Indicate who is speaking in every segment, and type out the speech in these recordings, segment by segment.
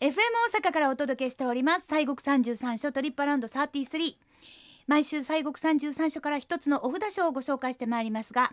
Speaker 1: FM 大阪からお届けしております西国三十三所トリップアラウンド33毎週西国三十三所から一つのお札書をご紹介してまいりますが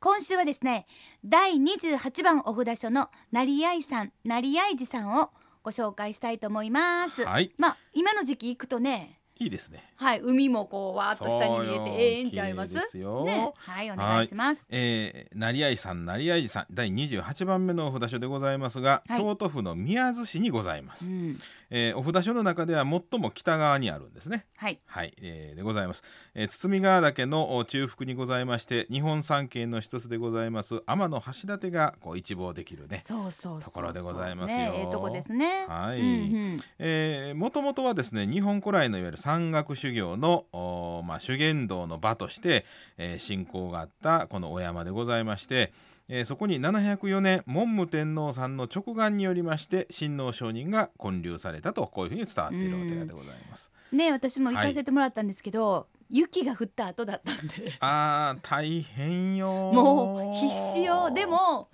Speaker 1: 今週はですね第28番お札書の成合さん成合寺さんをご紹介したいと思います、
Speaker 2: はい
Speaker 1: まあ今の時期行くとね
Speaker 2: いいですね。
Speaker 1: はい海もこうわーっと下に見え
Speaker 2: そう
Speaker 1: て
Speaker 2: よ
Speaker 1: ええんちゃいます
Speaker 2: 綺麗ですよ
Speaker 1: ね、はいお願いします
Speaker 2: えー、成合さん成合寺さん第28番目のお札所でございますが、
Speaker 1: はい
Speaker 2: 京都府の宮津市にございま
Speaker 1: う
Speaker 2: す、
Speaker 1: ん
Speaker 2: えーお札所の中では最も北側にあるんですね
Speaker 1: はい
Speaker 2: はい、えーでございます、えー、堤川岳のお中腹にございまして日本三景の一つでございます天の橋立がこう一望できるね
Speaker 1: そうそうそうそう
Speaker 2: ところでございますよ
Speaker 1: ねええとこですね
Speaker 2: はい
Speaker 1: うん
Speaker 2: えー、もともとはですね日本古来のいわゆる山岳修行の、おーまあ、修験道の場として、えー信仰があったこのお山でございまして、えーそこに704年文武天皇さんの直眼によりまして親王上人が建立されたとこういうふうに伝わっているお寺でございます。
Speaker 1: うんねえ私も行かせてもらったんですけど、雪が降った後だったんで
Speaker 2: あー大変よー
Speaker 1: もう必死よでも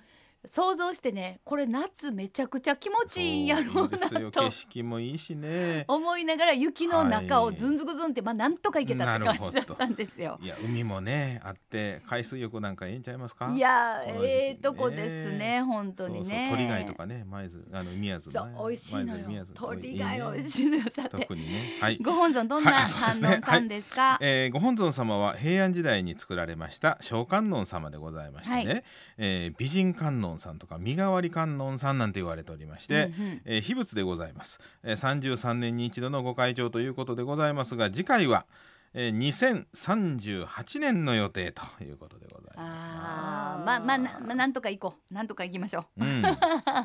Speaker 1: 想像してねこれ夏めちゃくちゃ気持
Speaker 2: そう
Speaker 1: ちいいんやろう
Speaker 2: いいです
Speaker 1: な
Speaker 2: よ
Speaker 1: と
Speaker 2: 景色もいいしね。
Speaker 1: 思いながら雪の中を
Speaker 2: はい
Speaker 1: ずんずくずんって、まあなんとか行けたって
Speaker 2: なる
Speaker 1: 感
Speaker 2: ほ
Speaker 1: じ
Speaker 2: ど
Speaker 1: だったんですよ。
Speaker 2: いや海もねあって海水浴なんかええんちゃいますか
Speaker 1: いや
Speaker 2: この
Speaker 1: ー
Speaker 2: 時期ね
Speaker 1: ええとこですね本当に
Speaker 2: そうそ
Speaker 1: ね
Speaker 2: う。鳥貝とかね舞鶴あの宮津
Speaker 1: そう美味しいのよ鳥が美味
Speaker 2: い
Speaker 1: しいのよさて
Speaker 2: 特にねはい
Speaker 1: ご本尊どんな
Speaker 2: はいそう
Speaker 1: 観
Speaker 2: ですね
Speaker 1: 音さんですか、
Speaker 2: えーご本尊様は平安時代に作られました小観音様でございましてね、
Speaker 1: は
Speaker 2: えー美人観音さんとか身代わり観音さんなんて言われておりまして、
Speaker 1: うんうん
Speaker 2: えー秘仏でございます、えー33年に一度のご開帳ということでございますが次回は、えー2038年の予定ということでございます
Speaker 1: あーまあまあなまあなんとか行こうなんとか行きましょ
Speaker 2: うん、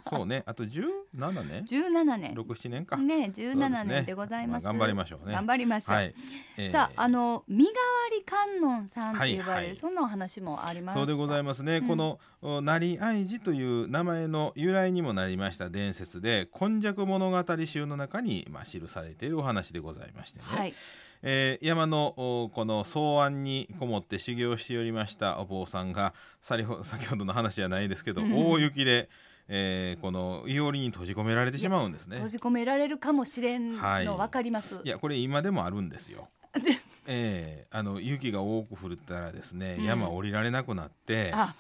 Speaker 2: そうねあと17
Speaker 1: う
Speaker 2: 年
Speaker 1: 17年
Speaker 2: 67年か、
Speaker 1: ね17
Speaker 2: そうです
Speaker 1: 年
Speaker 2: ね
Speaker 1: でございます
Speaker 2: まあ頑張りましょうね
Speaker 1: 頑張りましょう、
Speaker 2: はい、えー
Speaker 1: さああの身代わり観音さんって呼ばれる、
Speaker 2: はいはい
Speaker 1: そんなお話もありました
Speaker 2: そうでござい
Speaker 1: ま
Speaker 2: ますね、
Speaker 1: うん
Speaker 2: このお成愛寺という名前の由来にもなりました伝説で「今昔物語集」の中に、まあ、記されているお話でございましてね、
Speaker 1: はい
Speaker 2: えー山のおこの草案にこもって修行しておりましたお坊さんがさりほ 先ほどの話じゃないですけど、
Speaker 1: うん
Speaker 2: 大雪で、えーこのいおりに閉じ込められてしまうんですね
Speaker 1: 閉。じ込められるかもしれん
Speaker 2: はい
Speaker 1: のわかります、
Speaker 2: いやこれ今でもあるんですよ
Speaker 1: で。
Speaker 2: えーあの雪が多く降ったらですね、
Speaker 1: うん
Speaker 2: 山降りられなくなって
Speaker 1: あ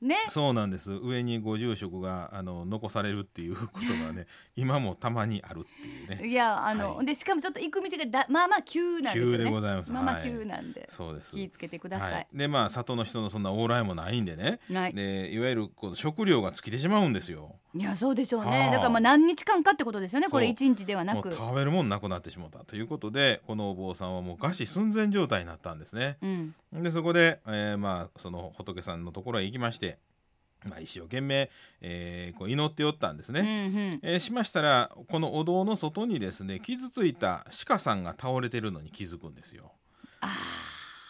Speaker 1: ね
Speaker 2: そうなんです上にご住職があの残されるっていうこと がね今もたまにあるっていうね
Speaker 1: いやあの、
Speaker 2: は
Speaker 1: でしかもちょっと行く道がだまあまあ急なんですよ
Speaker 2: 急
Speaker 1: ね
Speaker 2: でございます
Speaker 1: まあまあ
Speaker 2: はい
Speaker 1: 急なんで、
Speaker 2: そうです
Speaker 1: 気をつけてください、
Speaker 2: はい、でまあ里の人のそんな往来もないんでね、
Speaker 1: ない
Speaker 2: でいわゆるこの食料が尽きてしまうんですよ
Speaker 1: いやそうでしょう
Speaker 2: は
Speaker 1: ね
Speaker 2: あ
Speaker 1: だからまあ何日間かってことですよねこれ
Speaker 2: そう
Speaker 1: 一日ではな
Speaker 2: も
Speaker 1: く
Speaker 2: う食べるもんなくなってしまったということでこのお坊さんはもう餓死寸前状態になったんですね
Speaker 1: うん
Speaker 2: でそこで、えーまあその仏さんのところへ行きまして、まあ、一生懸命、えーこう祈っておったんです
Speaker 1: うんう
Speaker 2: ね、
Speaker 1: ん
Speaker 2: えーしましたらこのお堂の外にですね傷ついた鹿さんが倒れてるのに気づくんですよ
Speaker 1: あ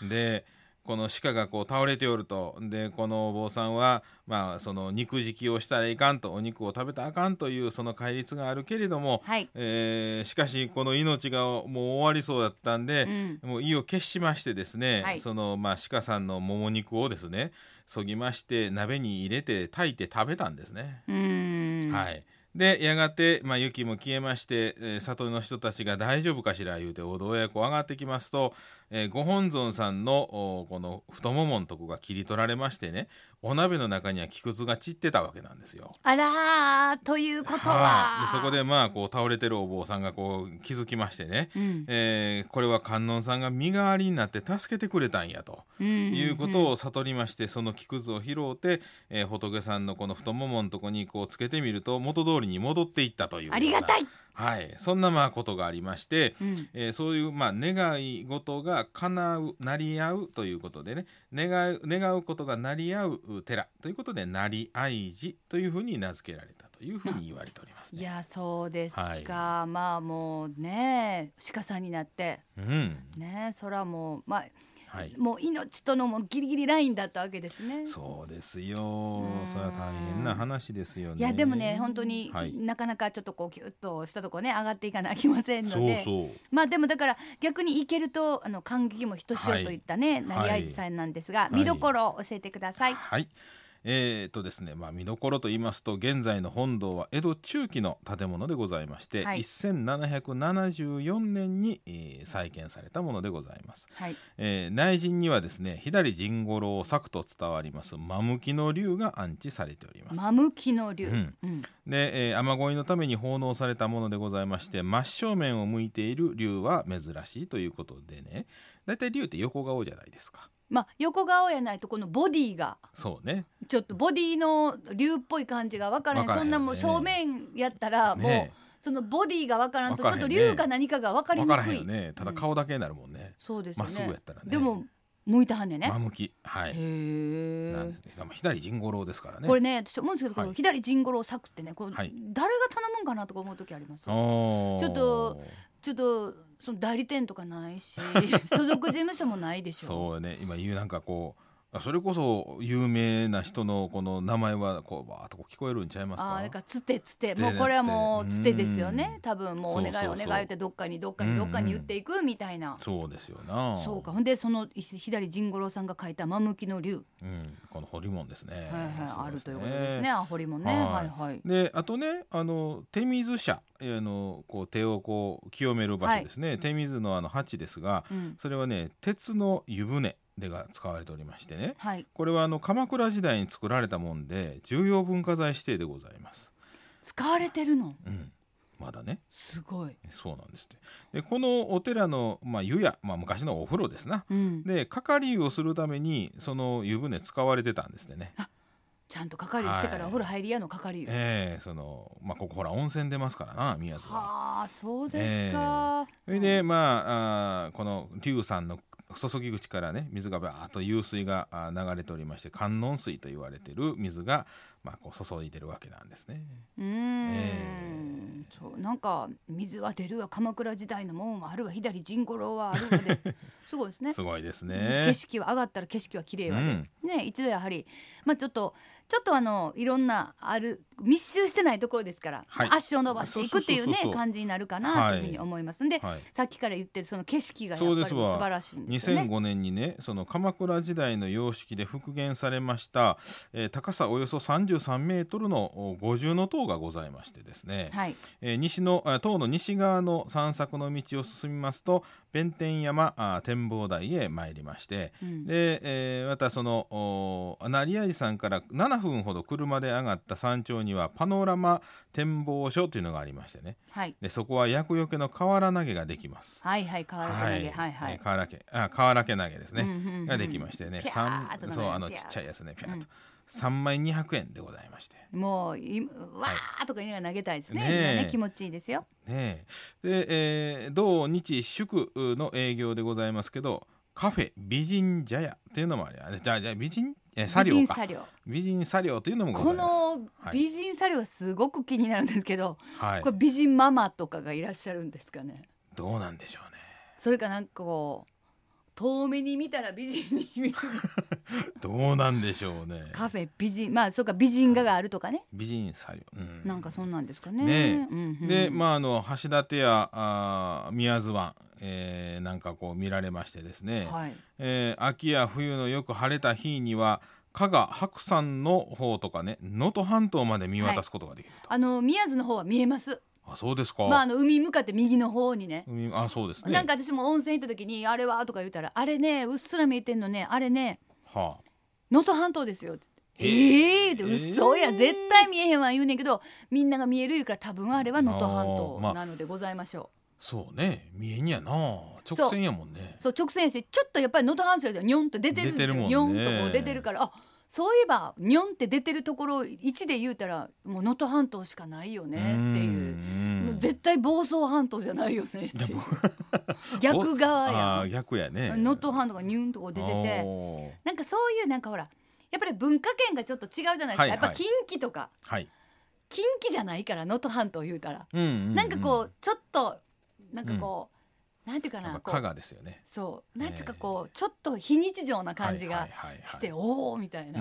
Speaker 2: でこの鹿がこう倒れておるとでこのお坊さんは、まあ、その肉食きをしたらいかんとお肉を食べたらあかんというその戒律があるけれども、
Speaker 1: はい、
Speaker 2: えーしかしこの命がもう終わりそうだったんで、
Speaker 1: うん、
Speaker 2: もう意を決しましてですね、
Speaker 1: はい
Speaker 2: そのまあ鹿さんのもも肉をですねそぎまして鍋に入れて炊いて食べたんですね。
Speaker 1: うーん
Speaker 2: はいでやがて、まあ、雪も消えまして、えー里の人たちが大丈夫かしら言うてお堂へこう上がってきますと、えーご本尊さんのおこの太もものとこが切り取られましてねお鍋の中には木くずが散ってたわけなんですよ。
Speaker 1: あらーということ
Speaker 2: は
Speaker 1: は、
Speaker 2: いでそこでまあこう倒れてるお坊さんがこう気づきましてね、
Speaker 1: うん
Speaker 2: えーこれは観音さんが身代わりになって助けてくれたんやとい
Speaker 1: いう
Speaker 2: ことを悟りましてその木くずを拾うて、えー仏さんのこの太もものとこにこうつけてみると元通りに戻っていったというような
Speaker 1: ありがたい、
Speaker 2: はい、そんなまあことがありまして、
Speaker 1: うん
Speaker 2: えーそういうまあ願い事が叶うなり合うということでね願う願うことがなり合う寺ということでなり愛寺というふうに名付けられたというふうに言われております
Speaker 1: い
Speaker 2: ね。
Speaker 1: やそうですか、
Speaker 2: はい
Speaker 1: まあもうね鹿さんになって
Speaker 2: うん
Speaker 1: ねそらもうまあ
Speaker 2: はい、
Speaker 1: もう命とのもうギリギリラインだったわけですね。
Speaker 2: そうですよ
Speaker 1: ん。
Speaker 2: それは大変な話ですよね。
Speaker 1: いやでもね本当に、
Speaker 2: はい
Speaker 1: なかなかちょっとこうギュッとしたとこね上がっていかなきゃいけませんの
Speaker 2: そう
Speaker 1: で
Speaker 2: そう。
Speaker 1: まあでもだから逆に行けるとあの感激もひとしおといったね、
Speaker 2: い
Speaker 1: 成合寺さんなんですが、
Speaker 2: い
Speaker 1: 見どころを教えてください。
Speaker 2: はい。えーとですねまあ、見どころと言いますと現在の本堂は江戸中期の建物でございまして、
Speaker 1: はい
Speaker 2: 1774年に、えー再建されたものでございます、
Speaker 1: はい
Speaker 2: えー内陣にはですね左陣五郎作と伝わります真向きの竜が安置されております。
Speaker 1: 真向きの竜、
Speaker 2: うん
Speaker 1: うん
Speaker 2: で、えー雨乞いのために奉納されたものでございまして真正面を向いている竜は珍しいということでねだいたい竜って横顔じゃないですか。
Speaker 1: まあ横顔やないとこのボディが
Speaker 2: そうね
Speaker 1: ちょっとボディの竜っぽい感じがわからない
Speaker 2: わからへ
Speaker 1: そ
Speaker 2: ん
Speaker 1: んなもう正面やったらもう、
Speaker 2: ね
Speaker 1: そのボディがわからんとちょ
Speaker 2: わか
Speaker 1: っ
Speaker 2: らへ
Speaker 1: と
Speaker 2: んね
Speaker 1: 竜か何かがわかり
Speaker 2: わ
Speaker 1: に
Speaker 2: から
Speaker 1: く
Speaker 2: へん
Speaker 1: い、
Speaker 2: よねただ
Speaker 1: うん
Speaker 2: 顔だけになるもんね
Speaker 1: そうです
Speaker 2: ま、
Speaker 1: よ
Speaker 2: っすぐや
Speaker 1: ね
Speaker 2: ったらね
Speaker 1: でも向いたはんねんね、
Speaker 2: 真向きは
Speaker 1: へ
Speaker 2: い
Speaker 1: え
Speaker 2: なんですでも左陣五郎ですからね
Speaker 1: これね私思うんですけど、こ
Speaker 2: は
Speaker 1: の
Speaker 2: い
Speaker 1: 左陣五郎作ってねこう、
Speaker 2: はい
Speaker 1: 誰が頼むんかなとか思う時あります
Speaker 2: おー
Speaker 1: ちょっとちょっとその代理店とかない し所属事務所もないでしょ
Speaker 2: そうよね今言うなんかこうあそれこそ有名な人のこの名前はこうバーっとこう聞こえるんちゃいます
Speaker 1: あ
Speaker 2: か
Speaker 1: あだからつてつて
Speaker 2: つて
Speaker 1: もうこれはもうつ
Speaker 2: つて
Speaker 1: てですよ
Speaker 2: う
Speaker 1: ね
Speaker 2: ん
Speaker 1: 多分もうお願い
Speaker 2: そうそう
Speaker 1: お
Speaker 2: そう
Speaker 1: 願いってどっかにどっかにどっかに言っていくみたいな、
Speaker 2: そうですよな
Speaker 1: そうかほんでそのい左陣五郎さんが書いた「真向きの竜
Speaker 2: うん、このホリモンです」ね
Speaker 1: はいはい
Speaker 2: そ
Speaker 1: あ
Speaker 2: で
Speaker 1: る
Speaker 2: す
Speaker 1: ということですねあ堀もね
Speaker 2: は
Speaker 1: はいいはい
Speaker 2: であとねあの手水社あのこう手をこう清める場所ですね、手水のあの鉢ですが
Speaker 1: うん
Speaker 2: それはね鉄の湯船でが使われておりましてね
Speaker 1: はい
Speaker 2: これはあの鎌倉時代に作られたもんで重要文化財指定でございます。
Speaker 1: 使われてるの
Speaker 2: うん、まだね
Speaker 1: すごい
Speaker 2: そうなんですってでこのお寺の、まあ、湯や、まあ、昔のお風呂ですな
Speaker 1: うん
Speaker 2: で係をするためにその湯船使われてたんですってね。
Speaker 1: ちゃんと係してから
Speaker 2: はい
Speaker 1: お風呂入りやの係よ
Speaker 2: ええそのまあ、ここほら温泉出ますからな宮津は。
Speaker 1: はあそうですか
Speaker 2: それでまああーこの龍さんの注ぎ口からね水がばーっと湧水があー流れておりまして観音水と言われてる水が、まあ、こう注いでるわけなんですね。
Speaker 1: うーんそうなんか水は出るわ鎌倉時代のもんはあるわ左陣五郎はあるわ ですごいですね
Speaker 2: すごいです
Speaker 1: 景
Speaker 2: ね。
Speaker 1: 色は上がったら景色は綺麗は
Speaker 2: う
Speaker 1: で、
Speaker 2: ん
Speaker 1: ね一度やはりまあちょっとちょっとあのいろんなある密集してないところですから、
Speaker 2: はい
Speaker 1: 足を伸ばしていくっていうね
Speaker 2: そうそうそうそう
Speaker 1: 感じになるかなというふう
Speaker 2: はい
Speaker 1: に思いますんで、
Speaker 2: はい、
Speaker 1: さっきから言ってるその景色がやっ
Speaker 2: そ
Speaker 1: ぱ
Speaker 2: うで
Speaker 1: り
Speaker 2: す
Speaker 1: 素
Speaker 2: わ
Speaker 1: 晴らしいんですよね。
Speaker 2: 2005年にねその鎌倉時代の様式で復元されました、えー高さおよそ33メートルのお五重の塔がございましてですね、
Speaker 1: はい、
Speaker 2: えー西のあ塔の西側の散策の道を進みますと弁天山あ展望台へ参りまして
Speaker 1: うん
Speaker 2: で、えーまたそのお成合山から7分ほど車で上がった山頂にはパノラマ展望所というのがありましてね
Speaker 1: はい
Speaker 2: でそこは厄除けの瓦投げができます。
Speaker 1: はいはい河原投げはいは
Speaker 2: えー
Speaker 1: い。
Speaker 2: 瓦家あ瓦家投げですね、
Speaker 1: うんうんうん
Speaker 2: ができましてね
Speaker 1: ピャ
Speaker 2: 三
Speaker 1: ーっと投げ
Speaker 2: そうあの
Speaker 1: ピ
Speaker 2: ち
Speaker 1: ャーっ
Speaker 2: っ
Speaker 1: と
Speaker 2: ちゃいやつねピャーっと、
Speaker 1: うん
Speaker 2: 3枚200円でございまして
Speaker 1: もういわーとか言いながら投げたいですね。
Speaker 2: ね
Speaker 1: 今
Speaker 2: え
Speaker 1: ね気持ちいいですよ。
Speaker 2: ねえで、えー同日祝の営業でございますけどカフェ美人茶屋っていうのもありますじゃあじゃあ美人えー茶寮
Speaker 1: 美人
Speaker 2: か
Speaker 1: 茶寮
Speaker 2: 美人茶寮というのもござ
Speaker 1: こ
Speaker 2: います
Speaker 1: の美人茶寮がすごく気になるんですけど、
Speaker 2: はい
Speaker 1: これ美人ママとかがいらっしゃるんですかね。
Speaker 2: どうなんでしょうね
Speaker 1: それかなんかこう遠目に見たら美人に見える
Speaker 2: どうなんでしょうね
Speaker 1: カフェ美人まあそうか美人画があるとかね、
Speaker 2: 美人茶寮、うん、
Speaker 1: なんかそんなんですかね。
Speaker 2: ね
Speaker 1: うんうん
Speaker 2: で、まあ、あの橋立やあー宮津湾、えーなんかこう見られましてですね、
Speaker 1: はい、
Speaker 2: えー秋や冬のよく晴れた日には加賀白山の方とかね能登半島まで見渡すことができると、
Speaker 1: あの宮津の方は見えます。
Speaker 2: あそうですか、
Speaker 1: まああの海向かって右の方にね。
Speaker 2: 海あそうですね
Speaker 1: なんか私も温泉行った時に「あれは?」とか言ったら「あれねうっすら見えてんのねあれね
Speaker 2: はあ
Speaker 1: 能登半島ですよ」って
Speaker 2: え
Speaker 1: ええー」って「
Speaker 2: えー
Speaker 1: 嘘や絶対見えへんわ」言うねんけどみんなが見える言うから多分あれは能登半
Speaker 2: あーまあ
Speaker 1: 島なのでございましょう。
Speaker 2: そうね見えんやな直線やもんね
Speaker 1: そう直線やしちょっとやっぱり能登半島でニョンと出てるんですよ、
Speaker 2: 出てるもんね
Speaker 1: ニョンとこう出てるからあそういえばニョンって出てるところ1で言うたらもう能登半島しかないよねっていうもう絶対房総半島じゃないよねって いう逆側や
Speaker 2: あー逆やね
Speaker 1: 能登半島がニュンとこう出てて
Speaker 2: おー
Speaker 1: なんかそういうなんかほらやっぱり文化圏がちょっと違うじゃないですか、
Speaker 2: はいはい
Speaker 1: やっぱ近畿とか
Speaker 2: はい、
Speaker 1: 近畿じゃないから能登半島言うたら、
Speaker 2: うんうう
Speaker 1: なんかこうちょっとなんかこう、なんていうか
Speaker 2: や
Speaker 1: な
Speaker 2: っ
Speaker 1: こ
Speaker 2: ぱ加
Speaker 1: う
Speaker 2: 賀ですよね
Speaker 1: そうなんていうかこう、ちょっと非日常な感じが
Speaker 2: はいはいはいはい
Speaker 1: して、おおみたいな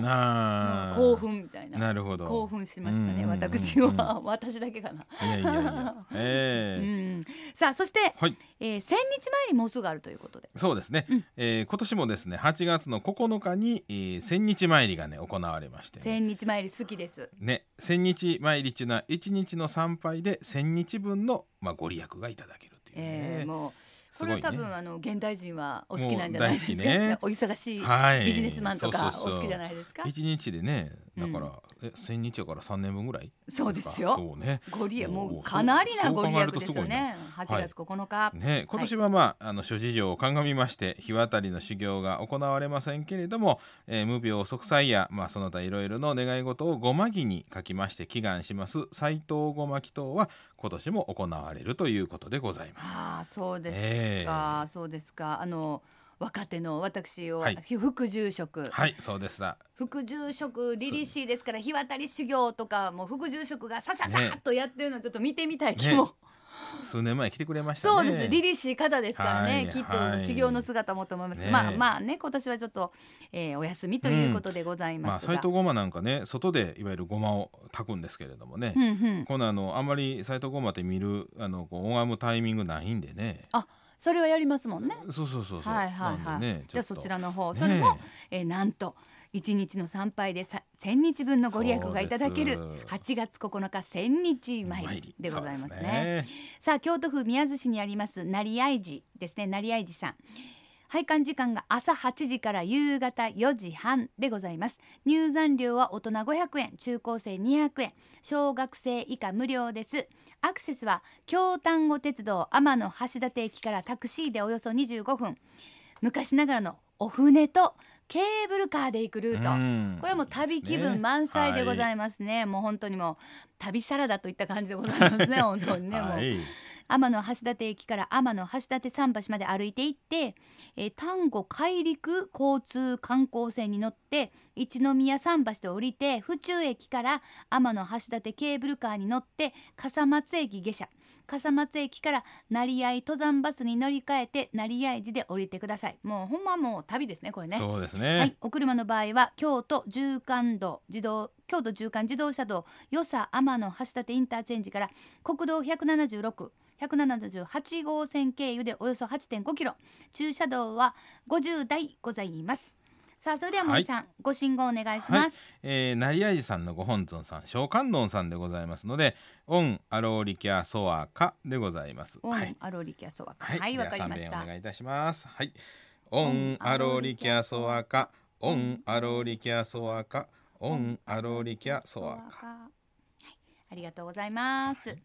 Speaker 1: う
Speaker 2: な
Speaker 1: ん
Speaker 2: あ
Speaker 1: 興奮みたいな
Speaker 2: なるほど
Speaker 1: 興奮しましたね、
Speaker 2: うんうんうんうん
Speaker 1: 私は 私だけかな、
Speaker 2: いやいやい や
Speaker 1: う
Speaker 2: ええ
Speaker 1: ん、さあそして、
Speaker 2: はい
Speaker 1: えー、千日前にもうすぐあるということで
Speaker 2: そうですね、
Speaker 1: うん
Speaker 2: えー今年もですね8月の9日に、えー千日参りがね行われましてね
Speaker 1: 千日前り好きです
Speaker 2: ね千日参り中な1日の参拝で千日分の、まあ、ご利益がいただけるっていうね、
Speaker 1: えー、もう
Speaker 2: す
Speaker 1: こ
Speaker 2: ごい
Speaker 1: れは
Speaker 2: ね
Speaker 1: 多分、あの現代人はお好きなんじゃないですか、
Speaker 2: もう大好きね
Speaker 1: お忙しい
Speaker 2: はい
Speaker 1: ビジネスマンとか
Speaker 2: そうそうそう
Speaker 1: お好きじゃないですか
Speaker 2: 一日でねだから、
Speaker 1: うん
Speaker 2: え千日やから3年分ぐらい
Speaker 1: そうで
Speaker 2: か
Speaker 1: すよ
Speaker 2: そうね
Speaker 1: ご利益
Speaker 2: おー
Speaker 1: もうかなりなご利
Speaker 2: そうそう考え
Speaker 1: 益
Speaker 2: ると
Speaker 1: ですよ
Speaker 2: すごいね
Speaker 1: ね8月9日、
Speaker 2: ね今年はまあ,、あの諸事情を鑑みまして日渡りの修行が行われませんけれども、えー無病息災や、まあ、その他いろいろの願い事をごまぎに書きまして祈願します斎藤ごま祈祷は今年も行われるということでございます。
Speaker 1: ああそうです
Speaker 2: え
Speaker 1: か、そうですかあの若手の私を、
Speaker 2: はい
Speaker 1: 副住職、
Speaker 2: えはいそうですだ
Speaker 1: 副住職リリシーですから日渡り修行とかもう副住職がさささーっとやってるのちょっと見てみたい気も、
Speaker 2: ね数年前来てくれましたね。
Speaker 1: そうです、リリシー方ですからね、
Speaker 2: はい
Speaker 1: きっ
Speaker 2: は
Speaker 1: と
Speaker 2: い
Speaker 1: 修行の姿もと思います、
Speaker 2: ね
Speaker 1: まあまあね今年はちょっと、えーお休みということでござい
Speaker 2: まあ
Speaker 1: ますが、
Speaker 2: 斎藤ごまなんかね外でいわゆるごまを炊くんですけれどもね、
Speaker 1: うんうん、
Speaker 2: このあのあんまり斎藤ごまって見るあのこう拝むタイミングないんでね。
Speaker 1: それはやりますもんね
Speaker 2: そうそうそうそう。
Speaker 1: はいはい
Speaker 2: な
Speaker 1: は
Speaker 2: ん
Speaker 1: い、
Speaker 2: でね、
Speaker 1: じゃあそちら
Speaker 2: の
Speaker 1: の方それも、えーなんと一日の参拝でさ千日分のご利益がいただける
Speaker 2: そうです
Speaker 1: 8月9日千日参りでございますね。。さあ京都府宮津市にあります成合寺ですね成合寺さん拝観時間が朝8時から夕方4時半でございます入山料は大人500円中高生200円小学生以下無料ですアクセスは京丹後鉄道天野橋立駅からタクシーでおよそ25分昔ながらのお船とケーブルカーで行くルート、これはもう旅気分満載でござ
Speaker 2: い
Speaker 1: いますねもう本当にもう旅サラダといった感じでございます ね本当にね、もう
Speaker 2: はい、
Speaker 1: 天野橋立駅から天野橋立桟橋まで歩いて行って、えー、丹後海陸交通観光船に乗って一宮桟橋で降りて府中駅から天野橋立ケーブルカーに乗って笠松駅下車笠松駅から成合登山バスに乗り換えて成合寺で降りてくださいもうほんまもう旅ですねこれね
Speaker 2: そうですね。
Speaker 1: はい、お車の場合は京都縦貫道自動京都縦貫自動車道与謝天野橋立インターチェンジから国道176 178号線経由でおよそ8.5キロ駐車道は50台ございますさあそれでは森さん、ご信号お願いします、
Speaker 2: えー、成合寺さんのご本尊さん、小観音さんでございますので、オンアローリキャソアカでございます。
Speaker 1: オン、
Speaker 2: はい。
Speaker 1: アローリキャソワカ
Speaker 2: は、
Speaker 1: はいいわ、かりまし
Speaker 2: では
Speaker 1: た
Speaker 2: 三遍お願いいたします。はい。オンアローリキャソアカ、オンアローリキャソアカ、オンアローリキャソアカ。
Speaker 1: はい、ありがとうございます。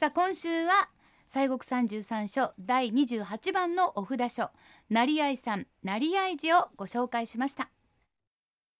Speaker 1: さあ今週は西国三十三所第二十八番のお札書成合さん成合寺をご紹介しました。